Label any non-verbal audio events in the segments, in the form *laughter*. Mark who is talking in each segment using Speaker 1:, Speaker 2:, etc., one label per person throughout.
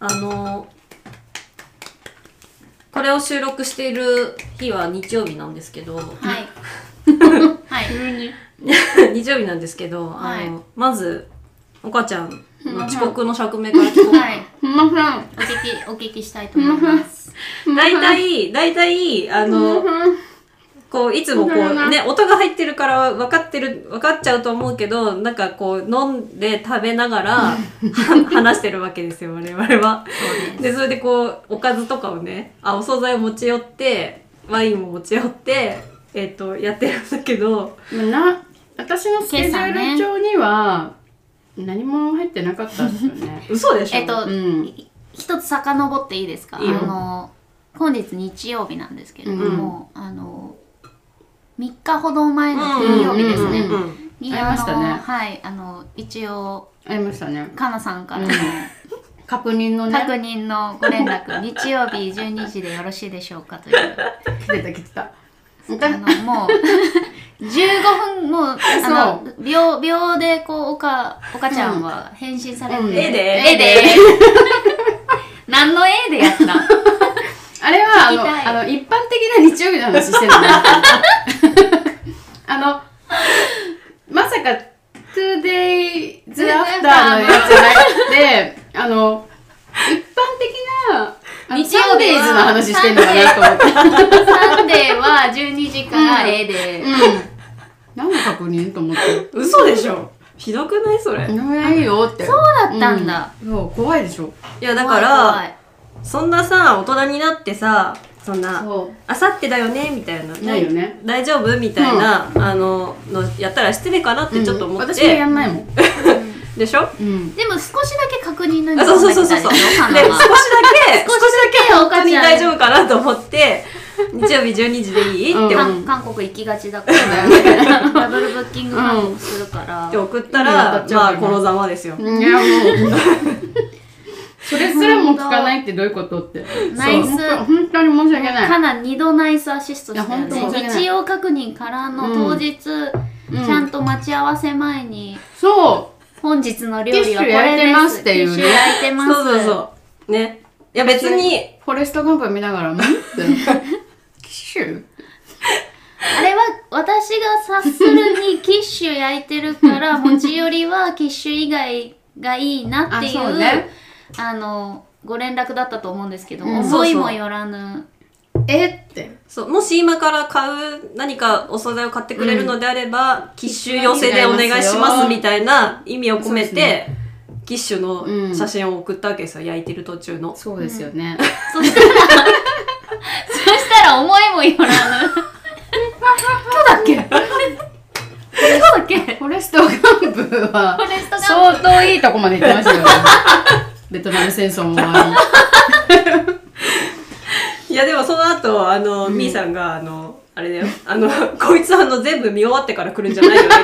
Speaker 1: あのこれを収録している日は日曜日なんですけど、
Speaker 2: はい。はい。
Speaker 1: *laughs* 日曜日なんですけど、あ
Speaker 2: は
Speaker 1: のまず岡ちゃんの遅刻の釈明から聞こうかな
Speaker 2: *laughs* はい。
Speaker 3: すみません。
Speaker 2: お聞き、お聞きしたいと思います。
Speaker 1: 大体、大体、あ
Speaker 2: *laughs*
Speaker 1: の、こう、いつもこう、ね、音が入ってるから分かってる、分かっちゃうと思うけど、なんかこう、飲んで食べながら、
Speaker 2: *laughs*
Speaker 1: は話してるわけですよ、我々は。で、それでこう、おかずとかをね、あ、お惣菜を持ち寄って、ワインも持ち寄って、えっ、と、やってるんだけど、
Speaker 3: な私のスケジュール帳には何も入ってなかったんですよね。
Speaker 1: 嘘でしょ
Speaker 2: えっと
Speaker 3: う、ん。
Speaker 2: 一つ遡っていいですか
Speaker 1: いいよ
Speaker 2: あの、本日日曜日なんですけれども、あの、3日ほど前の金曜日です
Speaker 1: う
Speaker 2: ね
Speaker 1: ん。うん。
Speaker 2: に
Speaker 3: 会いましたね
Speaker 2: あのはい、あの、一応、
Speaker 3: ありましたね。
Speaker 2: かなさんからの
Speaker 3: 確認の
Speaker 2: 確
Speaker 3: ね。
Speaker 2: 認のご連
Speaker 1: *laughs*
Speaker 2: 絡、日曜日12時でよろしいでしょうかという。
Speaker 3: 来てた来てた。
Speaker 2: あの、もう、15分、もう、あの、秒、秒で、こう、おか、おかちゃんは返信されて。
Speaker 3: うん
Speaker 1: 絵で
Speaker 2: 絵で *laughs* 何の絵でやった
Speaker 3: あれはあ
Speaker 2: 聞きたい
Speaker 3: のあの一般的な日曜日の話してるのね。あのまさか two days after のやつじゃなくて、あの一般的なあの
Speaker 2: 日曜
Speaker 3: two
Speaker 2: 日
Speaker 3: days の
Speaker 2: は
Speaker 3: 話してるのかなと思って。
Speaker 2: サンデーは12時から絵で。
Speaker 3: うん。何の確認と思って。
Speaker 1: 嘘でしょひどくないそれ。い
Speaker 3: いいよって。そう
Speaker 2: だったんだ。
Speaker 3: そう怖いでしょ。
Speaker 1: や、だか
Speaker 2: 怖
Speaker 1: ら、
Speaker 2: い
Speaker 1: そんなさ、大人になってさ、そんな、
Speaker 3: そ
Speaker 1: あさってだよねみたいな
Speaker 3: ないよね
Speaker 1: 大丈夫みたいな、あののやったら失礼かなっ
Speaker 3: う
Speaker 1: てちょっと思って、
Speaker 3: 私もやんないもん。
Speaker 2: 怖いうん
Speaker 1: でしょあ
Speaker 3: うん。
Speaker 2: でも少しだけ確認の
Speaker 1: そうそうそうそうそう
Speaker 2: た
Speaker 1: で少
Speaker 2: い
Speaker 1: しだ
Speaker 2: なのかな
Speaker 1: け少しだけ本当に
Speaker 2: お母ちゃん
Speaker 1: 大丈夫かなと思って日曜日12時でいいって思っ
Speaker 3: う
Speaker 1: て
Speaker 2: 韓
Speaker 3: ん
Speaker 2: 韓国行きがちだから、ダブルブッキング韓国するから。
Speaker 1: って送った
Speaker 3: うん
Speaker 1: ら、
Speaker 3: 当たっち
Speaker 1: ま
Speaker 3: ゃう
Speaker 1: あ
Speaker 3: よね
Speaker 1: このざまですよ、
Speaker 3: いやもう。それすらも聞かないってどういうことって。
Speaker 2: ナイス
Speaker 3: そう本当に申し訳な
Speaker 2: か
Speaker 3: い。
Speaker 2: な二度ナイスアシストしたよ
Speaker 3: いや本当申し
Speaker 2: ね
Speaker 3: 訳ない
Speaker 2: 日曜確認からの当日、
Speaker 3: うん
Speaker 2: ちゃんと待ち合わせ前に
Speaker 3: そ
Speaker 2: 本日の料理はこ
Speaker 3: ティッシュ焼
Speaker 2: れ
Speaker 3: い
Speaker 2: で
Speaker 3: て
Speaker 2: す
Speaker 3: ますっていうね
Speaker 2: ティッシュ焼いてます
Speaker 1: そうそうそうねいや別に
Speaker 3: う。フォレストガンプ見ながら、んって。キッシュ
Speaker 2: あれは私が察するに *laughs* キッシュ焼いてるから持ち寄りはキッシュ以外がいいなっていう
Speaker 3: あ
Speaker 2: あ
Speaker 3: そうね
Speaker 2: のご連絡だったと思うんですけど、
Speaker 3: うん
Speaker 2: 思いもよらぬ
Speaker 3: えって。
Speaker 1: そうもし今から買う何かお惣菜を買ってくれるのであれば、キッシュ寄せでお願いしますみたいな意味を込めて、
Speaker 3: そうで
Speaker 1: キッシュの写真を送ったわけですよ、焼いてる途中の
Speaker 3: そうですよね。
Speaker 2: *laughs* そしたらそしたら思いもよらぬ *laughs* 今日だっけ今日だっけ
Speaker 3: フォレストガンプは
Speaker 2: フォレストガンプ
Speaker 3: 相当いいとこまで行きましたよ。ベトナム戦争も終わ
Speaker 1: *laughs*
Speaker 3: り。
Speaker 1: いやでもその後あの、みーさんがあのあれだよあの *laughs* こいつあの全部見終わってから来るんじゃないよねって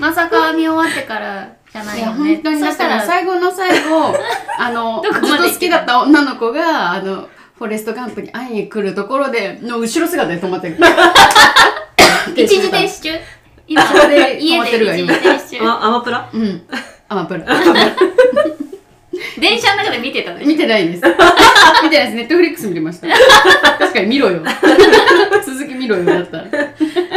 Speaker 2: まさか見終わってからじゃないい
Speaker 3: や
Speaker 2: よ
Speaker 3: 本
Speaker 2: ね。
Speaker 3: 当に
Speaker 2: そ
Speaker 3: だ
Speaker 2: し
Speaker 3: か
Speaker 2: た
Speaker 3: ら
Speaker 2: ら、
Speaker 3: 最後の最
Speaker 2: *laughs*
Speaker 3: 後あのず
Speaker 2: ど
Speaker 3: っ
Speaker 2: こまで行ってた
Speaker 3: と好きだった女の子があのフォレストガンプに会いに来るところでの後ろ姿で止まってる
Speaker 2: *laughs* 一時停止中今、
Speaker 3: それで止
Speaker 2: 家
Speaker 3: まってるわ
Speaker 2: で一時
Speaker 3: 今
Speaker 2: 停止中。
Speaker 1: *laughs* あアマプラ
Speaker 3: うんアマプラ *laughs*
Speaker 2: 電車の中で見てたでしょ
Speaker 3: 見てないです見てないですネットフリックス見てました確かに
Speaker 2: *laughs*
Speaker 3: 見ろよ続き見ろよだったら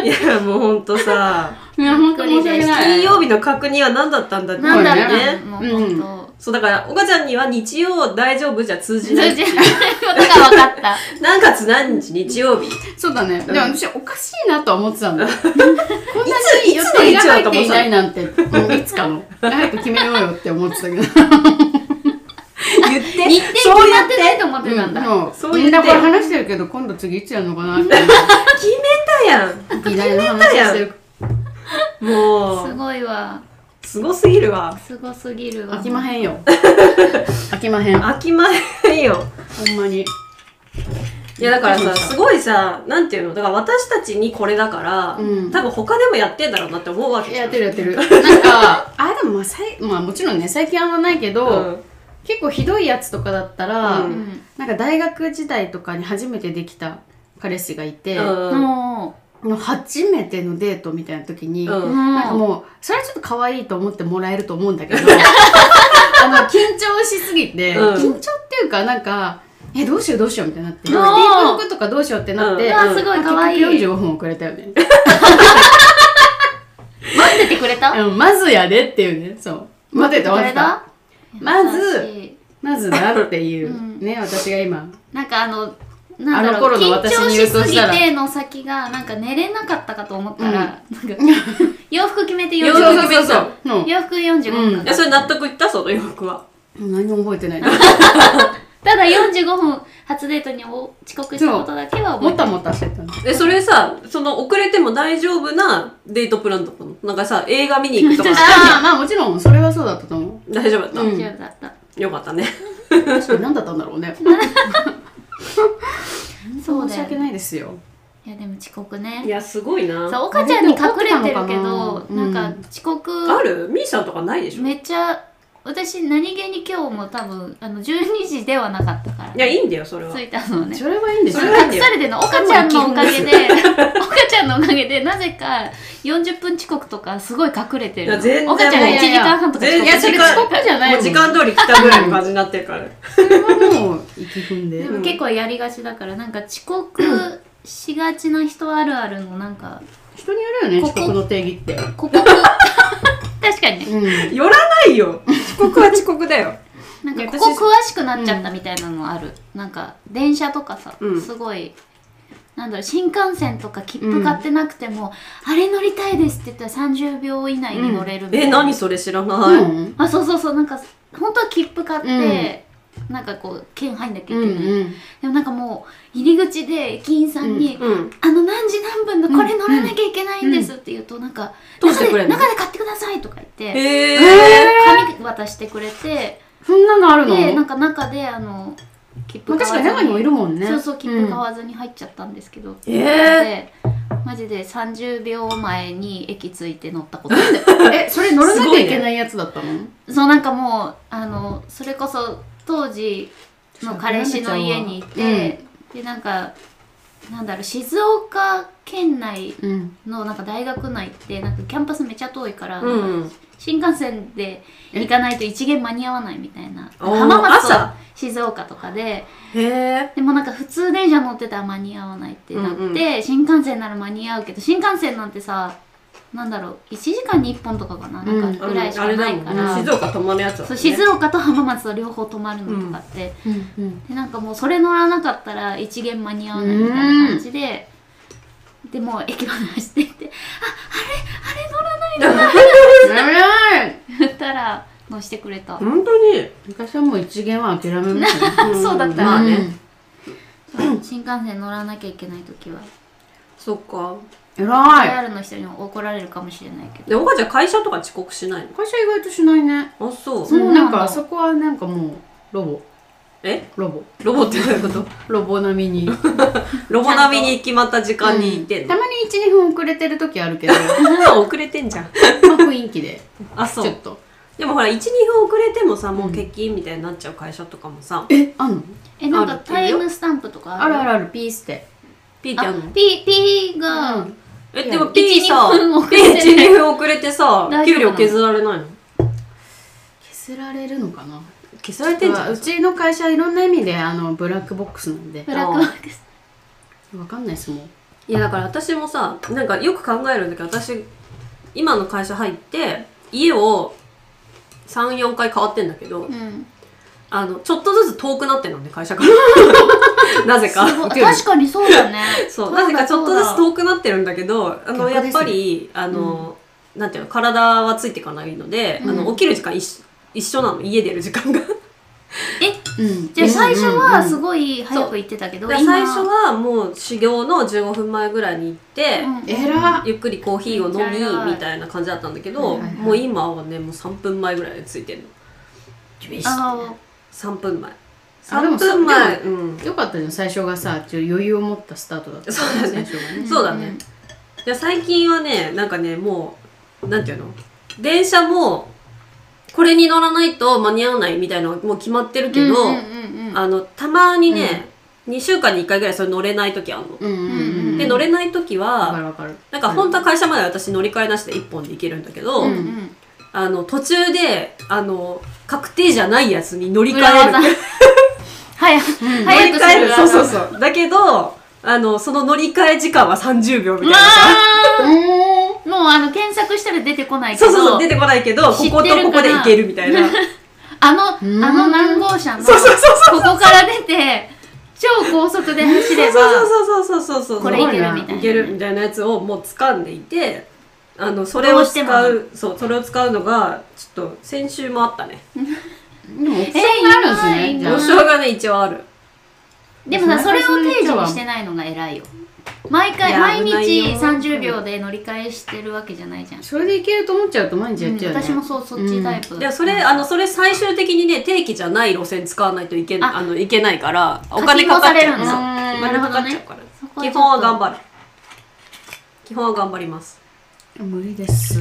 Speaker 1: いやもうほんと *laughs* さ
Speaker 3: いや本当申し訳ない
Speaker 1: 金曜日の確認は何だったんだって
Speaker 2: なんだ
Speaker 3: ろ
Speaker 2: った
Speaker 1: ね
Speaker 2: のも
Speaker 3: ね
Speaker 2: う本
Speaker 1: そうだから岡ちゃんには日曜大丈夫じゃ通
Speaker 2: 当。
Speaker 1: じ
Speaker 2: 通じ
Speaker 1: な
Speaker 2: ない
Speaker 1: い
Speaker 2: ことが分か *laughs* った。
Speaker 1: 何月何日日曜日い
Speaker 3: そうだねでも私おかしいなとは思ってたんだこんな
Speaker 1: つい
Speaker 3: 予
Speaker 1: つの
Speaker 3: 定
Speaker 1: 日
Speaker 3: が
Speaker 1: 曜だ
Speaker 3: 入っ
Speaker 1: と思
Speaker 3: て
Speaker 1: って
Speaker 3: いない
Speaker 1: た
Speaker 3: なんてうんいつかの早く決めようよって思ってたけど
Speaker 1: 言って
Speaker 2: 日程決
Speaker 1: そう
Speaker 2: ま
Speaker 1: や
Speaker 2: っ
Speaker 1: ってて
Speaker 2: ないと思ってたんだ。
Speaker 3: そう
Speaker 1: そう
Speaker 3: み
Speaker 1: 言
Speaker 3: ん
Speaker 1: って
Speaker 3: なこれ話してるけど今度次いつやるのかなって
Speaker 1: 決めたやん
Speaker 3: 議題の話してる
Speaker 1: も
Speaker 2: す
Speaker 1: う
Speaker 2: ごいわ。
Speaker 1: すごすぎるわ
Speaker 2: すごすぎるわ。
Speaker 3: 飽きまへんよ飽きまへんほ
Speaker 1: 飽きまへんよ
Speaker 3: んまに
Speaker 1: いやだから
Speaker 3: そう
Speaker 1: さ
Speaker 3: でした
Speaker 1: すごいさなんていうのだから私たちにこれだから、
Speaker 3: うん
Speaker 1: 多分他でもやってんだろうなって思うわけじゃん
Speaker 3: やってるやってるなんかあでもまあさいまあもちろんね最近あんまないけど、
Speaker 1: うん
Speaker 3: 結構ひどいやつとかだったら、
Speaker 1: う
Speaker 2: うん。
Speaker 3: なんか大学時代とかに初めてできた彼氏がいて、
Speaker 1: うん
Speaker 2: もう、
Speaker 3: の初めてのデートみたいな時に、
Speaker 1: うん
Speaker 3: なんかもう、それはちょっと可愛いと思ってもらえると思うんだけど、あの、緊張しすぎて、
Speaker 1: うん
Speaker 3: 緊張っていうか、なんか、え、どうしようどうしようみたいになって、
Speaker 2: うん
Speaker 3: 着ていく服とかどうしようってなって、
Speaker 1: うん
Speaker 2: うわすごい可愛い
Speaker 3: 結局45分遅れたよね。 *laughs*
Speaker 2: 待っててくれた
Speaker 3: うんまずやでっていうね、そう。待てて終わってた。まず
Speaker 2: 優しい
Speaker 3: まずだっていうう、
Speaker 2: ん
Speaker 3: ね、私が今。
Speaker 2: なんかあのなんだろう
Speaker 3: あの頃の私に言う
Speaker 2: 緊
Speaker 3: と
Speaker 2: 張しす
Speaker 3: し
Speaker 2: ぎ
Speaker 3: たら
Speaker 2: ての先がなんか寝れなかったかと思ったら、なん
Speaker 3: *laughs*
Speaker 2: か洋服決めて
Speaker 1: 洋
Speaker 2: 40
Speaker 1: 服
Speaker 2: 分
Speaker 1: 決めてた
Speaker 3: うん
Speaker 2: 洋服45分
Speaker 3: う
Speaker 2: か
Speaker 3: ん
Speaker 1: いや、それ納得いったその洋服は。
Speaker 3: 何も覚えてない。
Speaker 2: ただ45分初デートにお遅刻したことだけは覚
Speaker 3: も
Speaker 2: えて
Speaker 3: たもたしてたの。
Speaker 1: え、それさ、その遅れても大丈夫なデートプランだったのなんかさ、映画見に行くと *laughs* か、
Speaker 3: ああ、まあもちろん、それはそうだったと思う。
Speaker 1: 大丈夫だった、
Speaker 3: う
Speaker 2: 大丈夫だった、
Speaker 1: よかったね。
Speaker 3: 確かに何だったんだろうね。
Speaker 2: そう
Speaker 3: 申
Speaker 2: だ
Speaker 3: し
Speaker 2: よ
Speaker 3: 訳
Speaker 2: ね
Speaker 3: ないですよ。
Speaker 2: いやでも遅刻
Speaker 1: い
Speaker 2: ね
Speaker 1: や、すごいな。
Speaker 2: そう岡ちゃんに隠れてるけ
Speaker 3: あ
Speaker 2: ど
Speaker 3: れで怒ったのかな
Speaker 2: な
Speaker 3: うん
Speaker 2: んか遅刻
Speaker 1: あるミーシャとかないでしょい
Speaker 2: めっちゃ私何気に今日も多分あの12時ではなかったから
Speaker 1: や、いいんだよ、それは
Speaker 2: 着。いたのね
Speaker 3: それはいいんです
Speaker 1: それ
Speaker 3: よ。
Speaker 1: はいいんだ
Speaker 2: 隠
Speaker 1: よ
Speaker 2: されてるの岡ちゃんのおかげで
Speaker 1: *laughs*
Speaker 2: 岡ちゃんのおかげでなぜか40分遅刻とかすごい隠れてる
Speaker 1: いや全然
Speaker 2: の岡ちゃんが
Speaker 3: もう
Speaker 2: 1時間半とか遅
Speaker 1: 全
Speaker 2: 刻
Speaker 1: 然
Speaker 2: して
Speaker 1: 時
Speaker 2: る
Speaker 1: 間
Speaker 3: 刻じゃない
Speaker 1: もう時間通り来たぐらいの感じになってるから。
Speaker 3: それはもう、息踏んで。
Speaker 2: で
Speaker 1: う
Speaker 2: も
Speaker 1: ん
Speaker 2: 結構やりがちだからなんか遅刻しがちな人あるあるのなんか
Speaker 3: 人によるよね、
Speaker 2: こ
Speaker 3: 遅
Speaker 2: こ
Speaker 3: 刻の定義って。
Speaker 2: ここ
Speaker 1: *laughs*
Speaker 2: 確かにね
Speaker 3: うん。
Speaker 1: 寄らないよ遅刻は遅刻だよ。
Speaker 2: なんかこ
Speaker 1: 私
Speaker 2: こ詳しくなっちゃったみたいなのある、なんか電車とかさ、
Speaker 1: うん
Speaker 2: すごいなんだろう新幹線とか切符買ってなくても、あれ乗りたいですって言ったら30秒以内に乗れるみたい
Speaker 1: え、
Speaker 2: な、
Speaker 1: 何それ知らない。
Speaker 3: うん
Speaker 2: あそうそうそうなんか本当は切符買って、なんかこう券入んなきゃいけ
Speaker 3: う
Speaker 2: ない、で
Speaker 3: ん
Speaker 2: もなんかもう入り口で駅員さんに、
Speaker 1: うん。
Speaker 2: あの何時何分のこれ乗らなきゃいけないんですって言うとなんか、
Speaker 1: どうし
Speaker 2: 中
Speaker 1: てくれ
Speaker 2: で
Speaker 1: んの
Speaker 2: 中で買ってくださいとか言って
Speaker 1: へえ
Speaker 2: 紙渡してくれて
Speaker 3: そんなのある
Speaker 2: でなん
Speaker 3: の
Speaker 2: か中であの切符
Speaker 3: まあ確かに中にもいるもんね。
Speaker 2: そうそう切符買
Speaker 3: わ
Speaker 2: わずに入っちゃったんですけど、
Speaker 1: ー。え
Speaker 2: でマジで30秒前に駅着いて乗ったこと
Speaker 3: え、それ乗らなきゃいけないやつだったの
Speaker 2: そうなんかもうあのそれこそ当時の彼氏の家にいて、でなんかなんだろう静岡県内
Speaker 3: うん。
Speaker 2: のなんか大学内ってなんかキャンパスめちゃ遠いから、
Speaker 1: ー。うん。
Speaker 2: 新幹線で行かないと一元間に合わないみたいな
Speaker 1: おー
Speaker 2: 浜松と
Speaker 1: 朝
Speaker 2: 静岡とかで
Speaker 1: へえ。
Speaker 2: でもなんか普通電車乗ってたら間に合わないってなって、
Speaker 1: うんうん
Speaker 2: 新幹線なら間に合うけど新幹線なんてさなんだろう1時間に1本とかかな,、なん
Speaker 1: あ
Speaker 2: か
Speaker 1: の
Speaker 2: ぐらいし
Speaker 1: あ
Speaker 2: か
Speaker 1: れ
Speaker 2: な
Speaker 1: だ
Speaker 2: い
Speaker 1: も
Speaker 2: か
Speaker 1: ん
Speaker 2: ら、
Speaker 1: ね。静岡泊まるやつだもん
Speaker 2: そ
Speaker 1: ね。
Speaker 2: う静岡と浜松と両方泊まるのとかって、
Speaker 3: うん。
Speaker 2: でなんかもうそれ乗らなかったら一元間に合わないみたいな感じで、でもう駅まで走っていって「ああれあれ乗らないの?」言ったら乗してくれた、
Speaker 1: 本当に。
Speaker 3: 昔はもう一元は諦めましたね。 *laughs*
Speaker 1: ん
Speaker 2: そうだった
Speaker 1: まあね。
Speaker 2: そう新幹線乗らなきゃいけない時は
Speaker 1: そっか。
Speaker 3: えらい。
Speaker 2: JR の人に怒られるかもしれないけど
Speaker 1: で、岡ちゃん会社とか遅刻しない
Speaker 3: 会社意外としないね。
Speaker 1: のあ、そう。
Speaker 2: そうなんだ
Speaker 3: なんかそこはなんかもうロボ
Speaker 1: え
Speaker 3: ロボ
Speaker 1: ロボってどういうこと
Speaker 3: ロボ並み *laughs* にた
Speaker 1: ロボ並みに決まった時間に行ってんの、
Speaker 3: まに12分遅れてる時あるけどま
Speaker 1: 遅れてんじゃん。
Speaker 3: あ雰囲気 *laughs* で
Speaker 1: あ、
Speaker 3: ち
Speaker 1: そ
Speaker 3: ょ
Speaker 1: う
Speaker 3: っ。と
Speaker 1: でもほら、1、2分遅れてもさ、もう欠勤みたいになっちゃう会社とかもさ、
Speaker 3: えあんの
Speaker 2: えなん
Speaker 1: あ
Speaker 2: か
Speaker 1: るって
Speaker 2: タ
Speaker 1: 言う
Speaker 2: イ
Speaker 1: よ
Speaker 2: ムスタンプとか
Speaker 3: あ
Speaker 2: ある
Speaker 3: るあるあるピースって
Speaker 1: ピーってあ
Speaker 2: あ
Speaker 1: るの
Speaker 2: P, P が、
Speaker 1: え、
Speaker 3: いや
Speaker 1: でも P さ、
Speaker 2: 1-2分遅
Speaker 1: P
Speaker 2: れて
Speaker 1: 1、2分遅れてさ、
Speaker 2: 大丈夫なの
Speaker 1: 給料削られないの
Speaker 3: 削られるのかな
Speaker 1: 削られてんじゃん。
Speaker 3: うちの会社いろんな意味であのブラックボックスなんで
Speaker 2: ブラックボックス
Speaker 3: わかんないですもん
Speaker 1: いやだから私もさなんかよく考えるんだけど私今の会社入って家を34回変わってんだけど、
Speaker 2: うん
Speaker 1: あのちょっとずつ遠くなってるのね会社からなぜか
Speaker 2: すごい
Speaker 3: 受ける
Speaker 2: 確かにそう
Speaker 3: *laughs*
Speaker 2: だね
Speaker 1: そうなぜかちょっとずつ
Speaker 2: そう
Speaker 1: 遠くなってるんだけどあの、
Speaker 3: 逆ですね
Speaker 1: やっぱりあの、なんていうの体はついていかないので、あ
Speaker 2: う
Speaker 1: の
Speaker 2: ん
Speaker 1: 起きる時間一緒一緒なの家出る時間が
Speaker 3: うん
Speaker 2: じゃあ最初はす
Speaker 3: い
Speaker 2: ごい早く行ってたけど、
Speaker 1: 最初はもう修行の15分前ぐらいに行って、
Speaker 2: うん
Speaker 3: えら
Speaker 1: ゆっくりコーヒーを飲
Speaker 2: めっちゃ偉
Speaker 1: み
Speaker 2: い
Speaker 1: みたいな感じだったんだけど、
Speaker 3: はいはいはい
Speaker 1: もう今はねもう3分前ぐらいでついてるの
Speaker 2: あ
Speaker 1: 3分前
Speaker 3: あでも
Speaker 1: 3分前
Speaker 3: で
Speaker 1: うん
Speaker 3: よかったじゃん最初がさちょっと余裕を持ったスタートだった
Speaker 1: そうだね
Speaker 3: 最初が
Speaker 2: ー
Speaker 3: ね
Speaker 1: そうだねじゃ最近はねなんかねもうなんていうの電車もこれに乗らないと間に合わないみたいなのがもう決まってるけど、
Speaker 2: うんうんうんうん
Speaker 1: あのたまにね、 2週間に1回ぐらいそれ乗れない時あるの。
Speaker 3: うんうんうん。
Speaker 1: で、乗れない時
Speaker 3: わか
Speaker 1: は、
Speaker 3: るわかる。
Speaker 1: なんか本当は会社まで私乗り換えなしで1本で行けるんだけど、
Speaker 3: う
Speaker 2: うんん
Speaker 1: あの、途中で、あの、確定じゃないやつに *laughs* 乗り換え
Speaker 2: 裏
Speaker 1: る。
Speaker 2: 技早く
Speaker 1: 乗り
Speaker 2: 早くす
Speaker 1: 換え
Speaker 2: る
Speaker 1: る。
Speaker 2: 裏
Speaker 1: そう
Speaker 2: 技
Speaker 1: そうそう。だけど、あの、その乗り換え時間は30秒みたいなさ。
Speaker 2: あ
Speaker 3: うん。
Speaker 2: ーもうあの検索したら出てこないけ
Speaker 1: そ
Speaker 2: ど
Speaker 1: うそうそう、出てこないけど、こ
Speaker 2: 知ってる
Speaker 1: こ
Speaker 2: から
Speaker 1: とここで行けるみたい
Speaker 2: *laughs*
Speaker 1: な。
Speaker 2: あのあ
Speaker 3: うん
Speaker 2: の何号車の
Speaker 1: そうそうそうそう。
Speaker 2: ここから出て超高速で走れば
Speaker 1: そうそうそうそうそうそうそう。
Speaker 2: これいけるみた
Speaker 1: い
Speaker 2: いな
Speaker 1: けるみたいなやつをもう掴んでいて、あの、それを使
Speaker 2: どう
Speaker 1: う、そう、それを使うのが、ちょっと、先週もあったね。
Speaker 3: でも、オプションがあるんですね。
Speaker 2: え
Speaker 3: じ
Speaker 2: ー
Speaker 1: 保
Speaker 3: ゃあ
Speaker 1: 証がね、一応ある。
Speaker 2: でもさそ
Speaker 3: そ
Speaker 2: れ
Speaker 3: れ
Speaker 2: を
Speaker 3: それ
Speaker 2: 定時
Speaker 3: じゃ
Speaker 2: に
Speaker 3: あ
Speaker 2: してないのが偉いよ毎
Speaker 1: い
Speaker 2: 回
Speaker 1: や
Speaker 2: 毎日
Speaker 1: 危ないよ
Speaker 2: 30秒で乗り換えしてるわけじゃないじゃん、
Speaker 3: それでいけると思っちゃうと毎日やっちゃうよね。
Speaker 2: 私もそうそっちタイプ、
Speaker 1: いやそれあのそれ最終的にね定期じゃない路線使わないといけ
Speaker 2: あ
Speaker 1: あのいけないからお金かかっちゃうか
Speaker 2: 課金も
Speaker 3: されるん
Speaker 1: ら
Speaker 3: だ
Speaker 1: お金かかっちゃうから、
Speaker 2: そこ
Speaker 1: 基本は頑
Speaker 2: る
Speaker 1: 張る基本は頑張ります
Speaker 3: 無理です。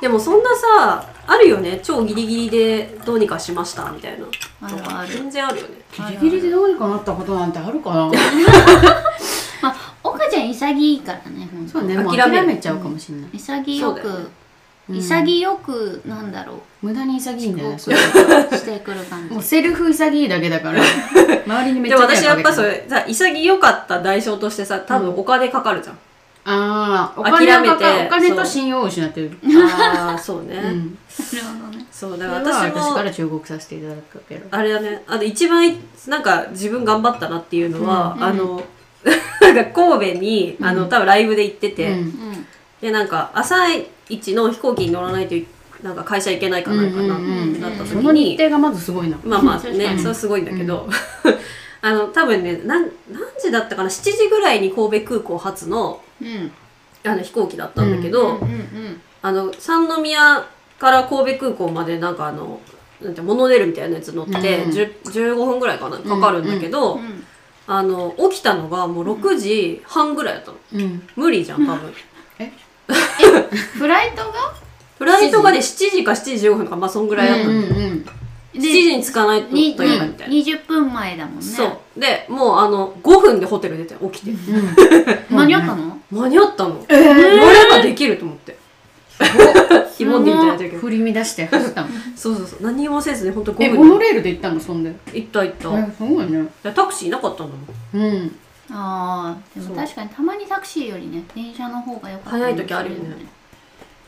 Speaker 1: でもそんなさあるよね超ギリギリでどうにかしましたみたいな
Speaker 2: あるある
Speaker 1: 全然あるよね
Speaker 3: ギリギリでどうにかなったことなんてあるかな
Speaker 2: まあ岡ちゃん潔いからねほんと
Speaker 3: そうね、もう
Speaker 1: 諦
Speaker 3: 諦
Speaker 1: める
Speaker 3: めちゃうかもしれない。
Speaker 2: 潔
Speaker 1: そうだよね
Speaker 2: く、
Speaker 3: うん
Speaker 2: 潔くなんだろう
Speaker 3: 無駄に潔いんだよね、それは。
Speaker 2: してくる感じ *laughs*
Speaker 3: もうセルフ潔いだけだから、 *laughs* 周りにめっ
Speaker 1: で
Speaker 3: ちゃ
Speaker 1: も
Speaker 3: 迷惑
Speaker 1: 私やっぱ
Speaker 3: かけ
Speaker 1: そ
Speaker 3: てる
Speaker 1: れさ潔かった代償としてさ多分お金かかるじゃん、
Speaker 3: ああ、お金をか
Speaker 1: 諦め
Speaker 3: か
Speaker 1: て
Speaker 3: お金
Speaker 1: そう
Speaker 3: と信用を失ってる。
Speaker 1: ああそうね、
Speaker 2: な
Speaker 3: うん。
Speaker 2: るほどね
Speaker 1: そうだか
Speaker 3: それ
Speaker 1: ら
Speaker 3: は
Speaker 1: 私
Speaker 3: 私か
Speaker 1: も
Speaker 3: ら忠告させていただくけど。
Speaker 1: あれだねあの一番なんか自分頑張ったなっていうのは、
Speaker 2: うん
Speaker 1: あの *laughs* なんか神戸にあの
Speaker 3: うん
Speaker 1: 多分ライブで行ってて、
Speaker 3: うん
Speaker 2: うん
Speaker 1: でなんか朝一の飛行機に乗らないといなんか会社行けないかなかなってなった時
Speaker 3: その日
Speaker 1: に、
Speaker 3: 程がまずすごいな。
Speaker 1: まあまあ
Speaker 2: *laughs* 確か
Speaker 1: ね
Speaker 2: に
Speaker 1: それはすごいんだけど、 *laughs* あの多分ねなん何時だったかな7時ぐらいに神戸空港発の
Speaker 2: うん
Speaker 1: あの飛行機だったんだけど、
Speaker 2: うんうん
Speaker 1: あの三宮から神戸空港までなんかあのなんてモノレールみたいなやつ乗って、
Speaker 3: うん
Speaker 1: 十15分ぐらいかなかかるんだけど、
Speaker 2: うんうん
Speaker 1: あの起きたのがもう6時半ぐらいだったの
Speaker 3: うん。
Speaker 1: 無理じゃん多分、
Speaker 2: フライトが
Speaker 1: フライトがね7時か7時15分とかまあそんぐらいだった
Speaker 3: う
Speaker 1: の、
Speaker 3: ん
Speaker 1: 7
Speaker 3: うん。
Speaker 1: 時に着かないと
Speaker 2: に
Speaker 1: といけないみたいな、
Speaker 2: 20分前だもんね
Speaker 1: そうでもうあの5分でホテル出て起きて
Speaker 2: 間に合ったの
Speaker 1: 間に合ったの
Speaker 3: えー
Speaker 1: 乗ればできると思ってひもでみたいな時
Speaker 3: 振り乱して
Speaker 1: *laughs*
Speaker 3: 走ったの。
Speaker 1: そうそうそう何もせずに本当
Speaker 3: え、
Speaker 1: 5
Speaker 3: モノ
Speaker 1: 分で
Speaker 3: レールで行ったの、そんで。
Speaker 1: 行った行った、い
Speaker 3: え、すごいね。
Speaker 1: やタクシーいなかったんだもん
Speaker 3: うん。
Speaker 2: ああでも確かにたまにタクシーよりね電車の方が良かったり
Speaker 1: 早い時あるよね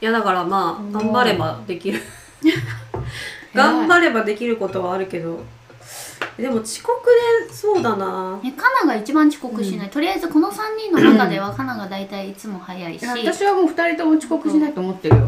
Speaker 1: いやだからまあ頑張ればでき
Speaker 3: *laughs*
Speaker 1: る頑張ればできることはあるけどでも遅刻でそうだな
Speaker 2: ねカナが一番遅刻しない、とりあえずこの3人の中ではカナが大体いつも早いし
Speaker 3: いや私はもう二人とも遅刻しないと思ってるよ。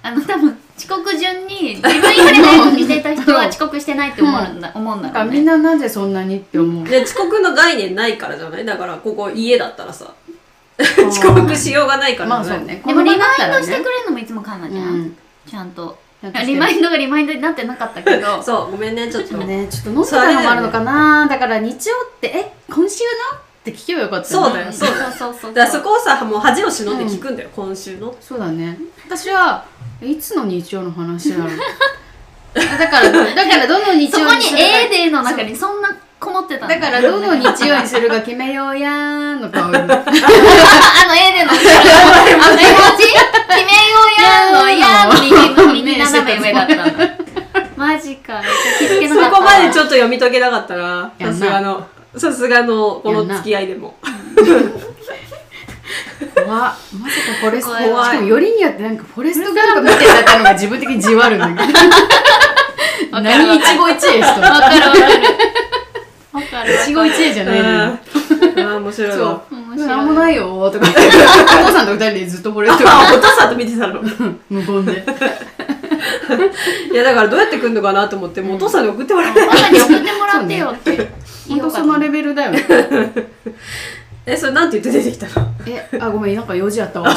Speaker 2: あの多分遅刻順に自分より早く来てた人は遅刻してないって思うんだ,、思うん
Speaker 3: なん
Speaker 2: だ
Speaker 3: か
Speaker 2: ろう
Speaker 3: みん
Speaker 2: ね
Speaker 3: ななぜそんなにって思う。
Speaker 1: で遅刻の概念ないからじゃないだからここ家だったらさ *laughs* 遅刻しようがないから
Speaker 3: まあ
Speaker 1: じゃ
Speaker 3: そ
Speaker 1: な
Speaker 3: う
Speaker 1: い
Speaker 3: ね。
Speaker 2: でもリマインド
Speaker 3: この場
Speaker 2: したて
Speaker 3: だっら
Speaker 2: く
Speaker 3: ね
Speaker 2: れるのもいつもカナじゃん、
Speaker 3: うん
Speaker 2: ちゃんと
Speaker 3: やってきて
Speaker 2: リマインドがリマインドになってなかったけど
Speaker 1: そうごめんねちょっと
Speaker 3: そうね、ちょっと飲んでたのもあるのかなだから日曜って、え、今週のって聞けばよかった
Speaker 1: そうだ
Speaker 3: ね。
Speaker 1: よそ
Speaker 2: そ
Speaker 1: うう
Speaker 2: そ
Speaker 1: だ
Speaker 2: う
Speaker 1: よ
Speaker 2: そうそう
Speaker 1: だからそこをさもう恥を忍んで聞くんだよ、今週の
Speaker 3: そうだね。私は、えいつの日曜の話なの *laughs* だから、だからどの日
Speaker 2: そ
Speaker 3: 曜
Speaker 2: こ
Speaker 3: に
Speaker 2: に
Speaker 3: する
Speaker 2: A
Speaker 3: か。
Speaker 2: デーの中にそんなこもってたん
Speaker 3: だからどの日曜にするか決めようやーんの顔
Speaker 2: *laughs*
Speaker 3: に。
Speaker 2: あの A での、あの絵文字 *laughs* 決めようやのやの右右斜め上だったの。 *laughs* マジか。気づけ
Speaker 1: そ
Speaker 2: なかった。
Speaker 1: こまでちょっと読み解けなかったな
Speaker 3: やん
Speaker 1: さ
Speaker 3: な
Speaker 1: すがのさすがのこの付き合いでも
Speaker 3: 怖っまさかフォレスト
Speaker 2: 怖い
Speaker 3: しかもよりによってなんかフォレストガンプみたいになったのが自分的にじわるんだけど
Speaker 2: *laughs* わかる
Speaker 3: 何一期一会しとる
Speaker 2: わかるわかる。わかる。
Speaker 3: 一期一会じゃないのよ
Speaker 1: うんああ面白い
Speaker 3: そう
Speaker 1: わ
Speaker 2: 面白い
Speaker 3: 何もないよーとかお父さんと二人でずっとフォレストガン
Speaker 1: あお父さんと見てたの *laughs*
Speaker 3: プ無言で
Speaker 1: いやだからどうやって来るのかなと思ってもうお父さんに送ってもらえ
Speaker 2: *laughs*
Speaker 1: ない、
Speaker 2: パパに送ってもらってよって。
Speaker 3: 本当そのレベルだよね
Speaker 1: えそれなんて言って出てきたの
Speaker 3: *laughs* えあごめんなんか用事あったわ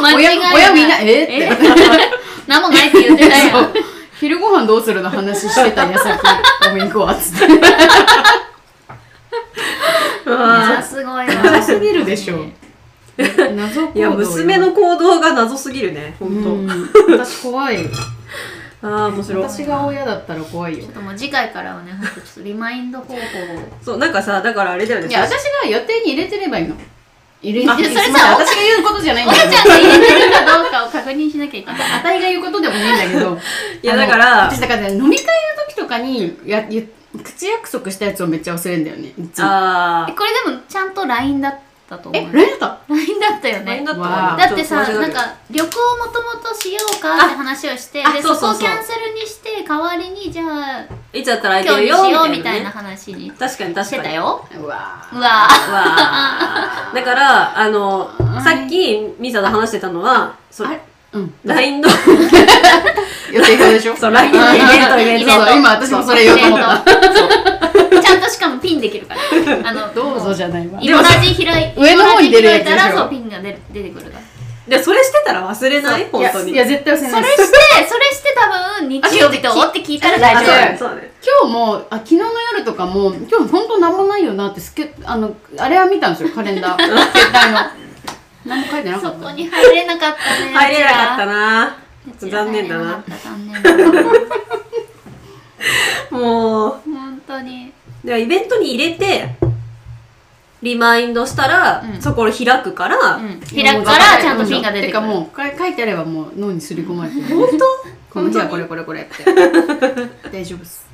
Speaker 2: 間違いない
Speaker 3: 親親みんなえって
Speaker 2: *laughs* え何もないって言ってたやん。
Speaker 3: 昼ご飯どうするの話してた矢先ごめん行こうっつって
Speaker 2: あーすごいわ。
Speaker 3: 謎すぎるでしょ謎行
Speaker 1: い
Speaker 3: 動
Speaker 1: や娘の行動が謎すぎるね本当、
Speaker 3: うん私怖い
Speaker 1: ああ、面白い。
Speaker 3: 私が親だったら怖いよ
Speaker 2: ちょっともう次回からはね、ほんとちょっとリマインド方法を。
Speaker 1: そう、なんかさ、だからあれだよね。
Speaker 3: いや私が予定に入れてればいいの入れ
Speaker 2: あ
Speaker 3: て
Speaker 2: それさ
Speaker 3: すいません私が言うことじゃないん
Speaker 2: お
Speaker 3: だ
Speaker 2: ち
Speaker 3: け
Speaker 2: ゃん
Speaker 3: ど
Speaker 2: が入れてるかどうかを確認しなきゃいけない。
Speaker 3: あたいが言うことでもないんだけど
Speaker 1: いや
Speaker 3: あの
Speaker 1: だから
Speaker 3: 私だから飲み会の時とかにやゆ口約束したやつをめっちゃ忘れんだよねいつも
Speaker 1: あ
Speaker 2: え
Speaker 1: あ。
Speaker 2: これでもちゃんと LINE だったと思
Speaker 3: え
Speaker 2: う。
Speaker 3: LINE だっ
Speaker 2: LINE だったよ
Speaker 1: 大変
Speaker 2: ね
Speaker 1: だ。った
Speaker 3: わ
Speaker 1: わ。
Speaker 2: だってさ、
Speaker 1: ちょと間
Speaker 2: なん
Speaker 1: 違え
Speaker 2: か旅行をもともとしようかって話をして、
Speaker 1: あ
Speaker 2: で、
Speaker 1: そ
Speaker 2: そうこ
Speaker 1: そう
Speaker 2: を
Speaker 1: そう
Speaker 2: キャンセルにして、代わりにじゃあ、
Speaker 1: たいつだったら
Speaker 2: 今
Speaker 1: 空
Speaker 2: 日
Speaker 1: いて
Speaker 2: に
Speaker 1: る
Speaker 2: し
Speaker 1: よ
Speaker 2: ようみたいな
Speaker 1: ね
Speaker 2: 話にし
Speaker 1: 確かに確か
Speaker 2: て
Speaker 1: に。
Speaker 2: たよ。
Speaker 3: たうわ
Speaker 2: うわぁ。
Speaker 1: わあ。だから、あの、さっき、ミサと話してたのは、そ
Speaker 3: あ
Speaker 1: う
Speaker 3: れ、うん、
Speaker 1: LINE の、
Speaker 3: 予定表でし
Speaker 1: *laughs*
Speaker 3: ょ
Speaker 1: そう、LINE のイベント、イベン
Speaker 2: イ
Speaker 1: ト。
Speaker 2: ベント
Speaker 3: そう今私もそれ言おうと思った
Speaker 2: そうちゃんとしかもピンできるから。あの、
Speaker 3: どうぞじゃないわ
Speaker 2: イボラジ開い、
Speaker 3: 上の方に出るやつでし
Speaker 2: イボラジ開
Speaker 3: ょ
Speaker 2: いたら、そう、ピンが出る出てくるから。
Speaker 1: で、それしてたら忘れない
Speaker 3: い
Speaker 1: 本
Speaker 3: や
Speaker 1: 当に。
Speaker 3: いや絶対忘れ
Speaker 2: そ
Speaker 3: ない
Speaker 2: れ
Speaker 3: *laughs* です
Speaker 2: して、それして多分、日曜日と思って聞いたら
Speaker 1: あ、そ
Speaker 2: 大
Speaker 1: う
Speaker 2: 丈
Speaker 1: だ
Speaker 2: 夫。
Speaker 1: ね、そうだね。
Speaker 3: 今日もあ昨日の夜とかも今日本当なんもないよなってスケあのあれは見たんですよカレンダー携帯の何も書いてなか
Speaker 2: そ
Speaker 3: った
Speaker 2: こに入れなかったね。
Speaker 1: 入れなかった
Speaker 2: な。
Speaker 1: な
Speaker 2: うちら
Speaker 1: 残念だな。
Speaker 2: 入れなかった残念だな。
Speaker 1: もう、
Speaker 2: 本当に。
Speaker 1: ではイベントに入れて、リマインドしたら、
Speaker 2: うん
Speaker 1: そこを開くから、
Speaker 2: うん。開くから、ちゃんとピンが出てくる。
Speaker 3: かもうか書いてあればもう脳にすり込まれてる
Speaker 1: 本当
Speaker 3: この日はこれこれこれって大丈夫です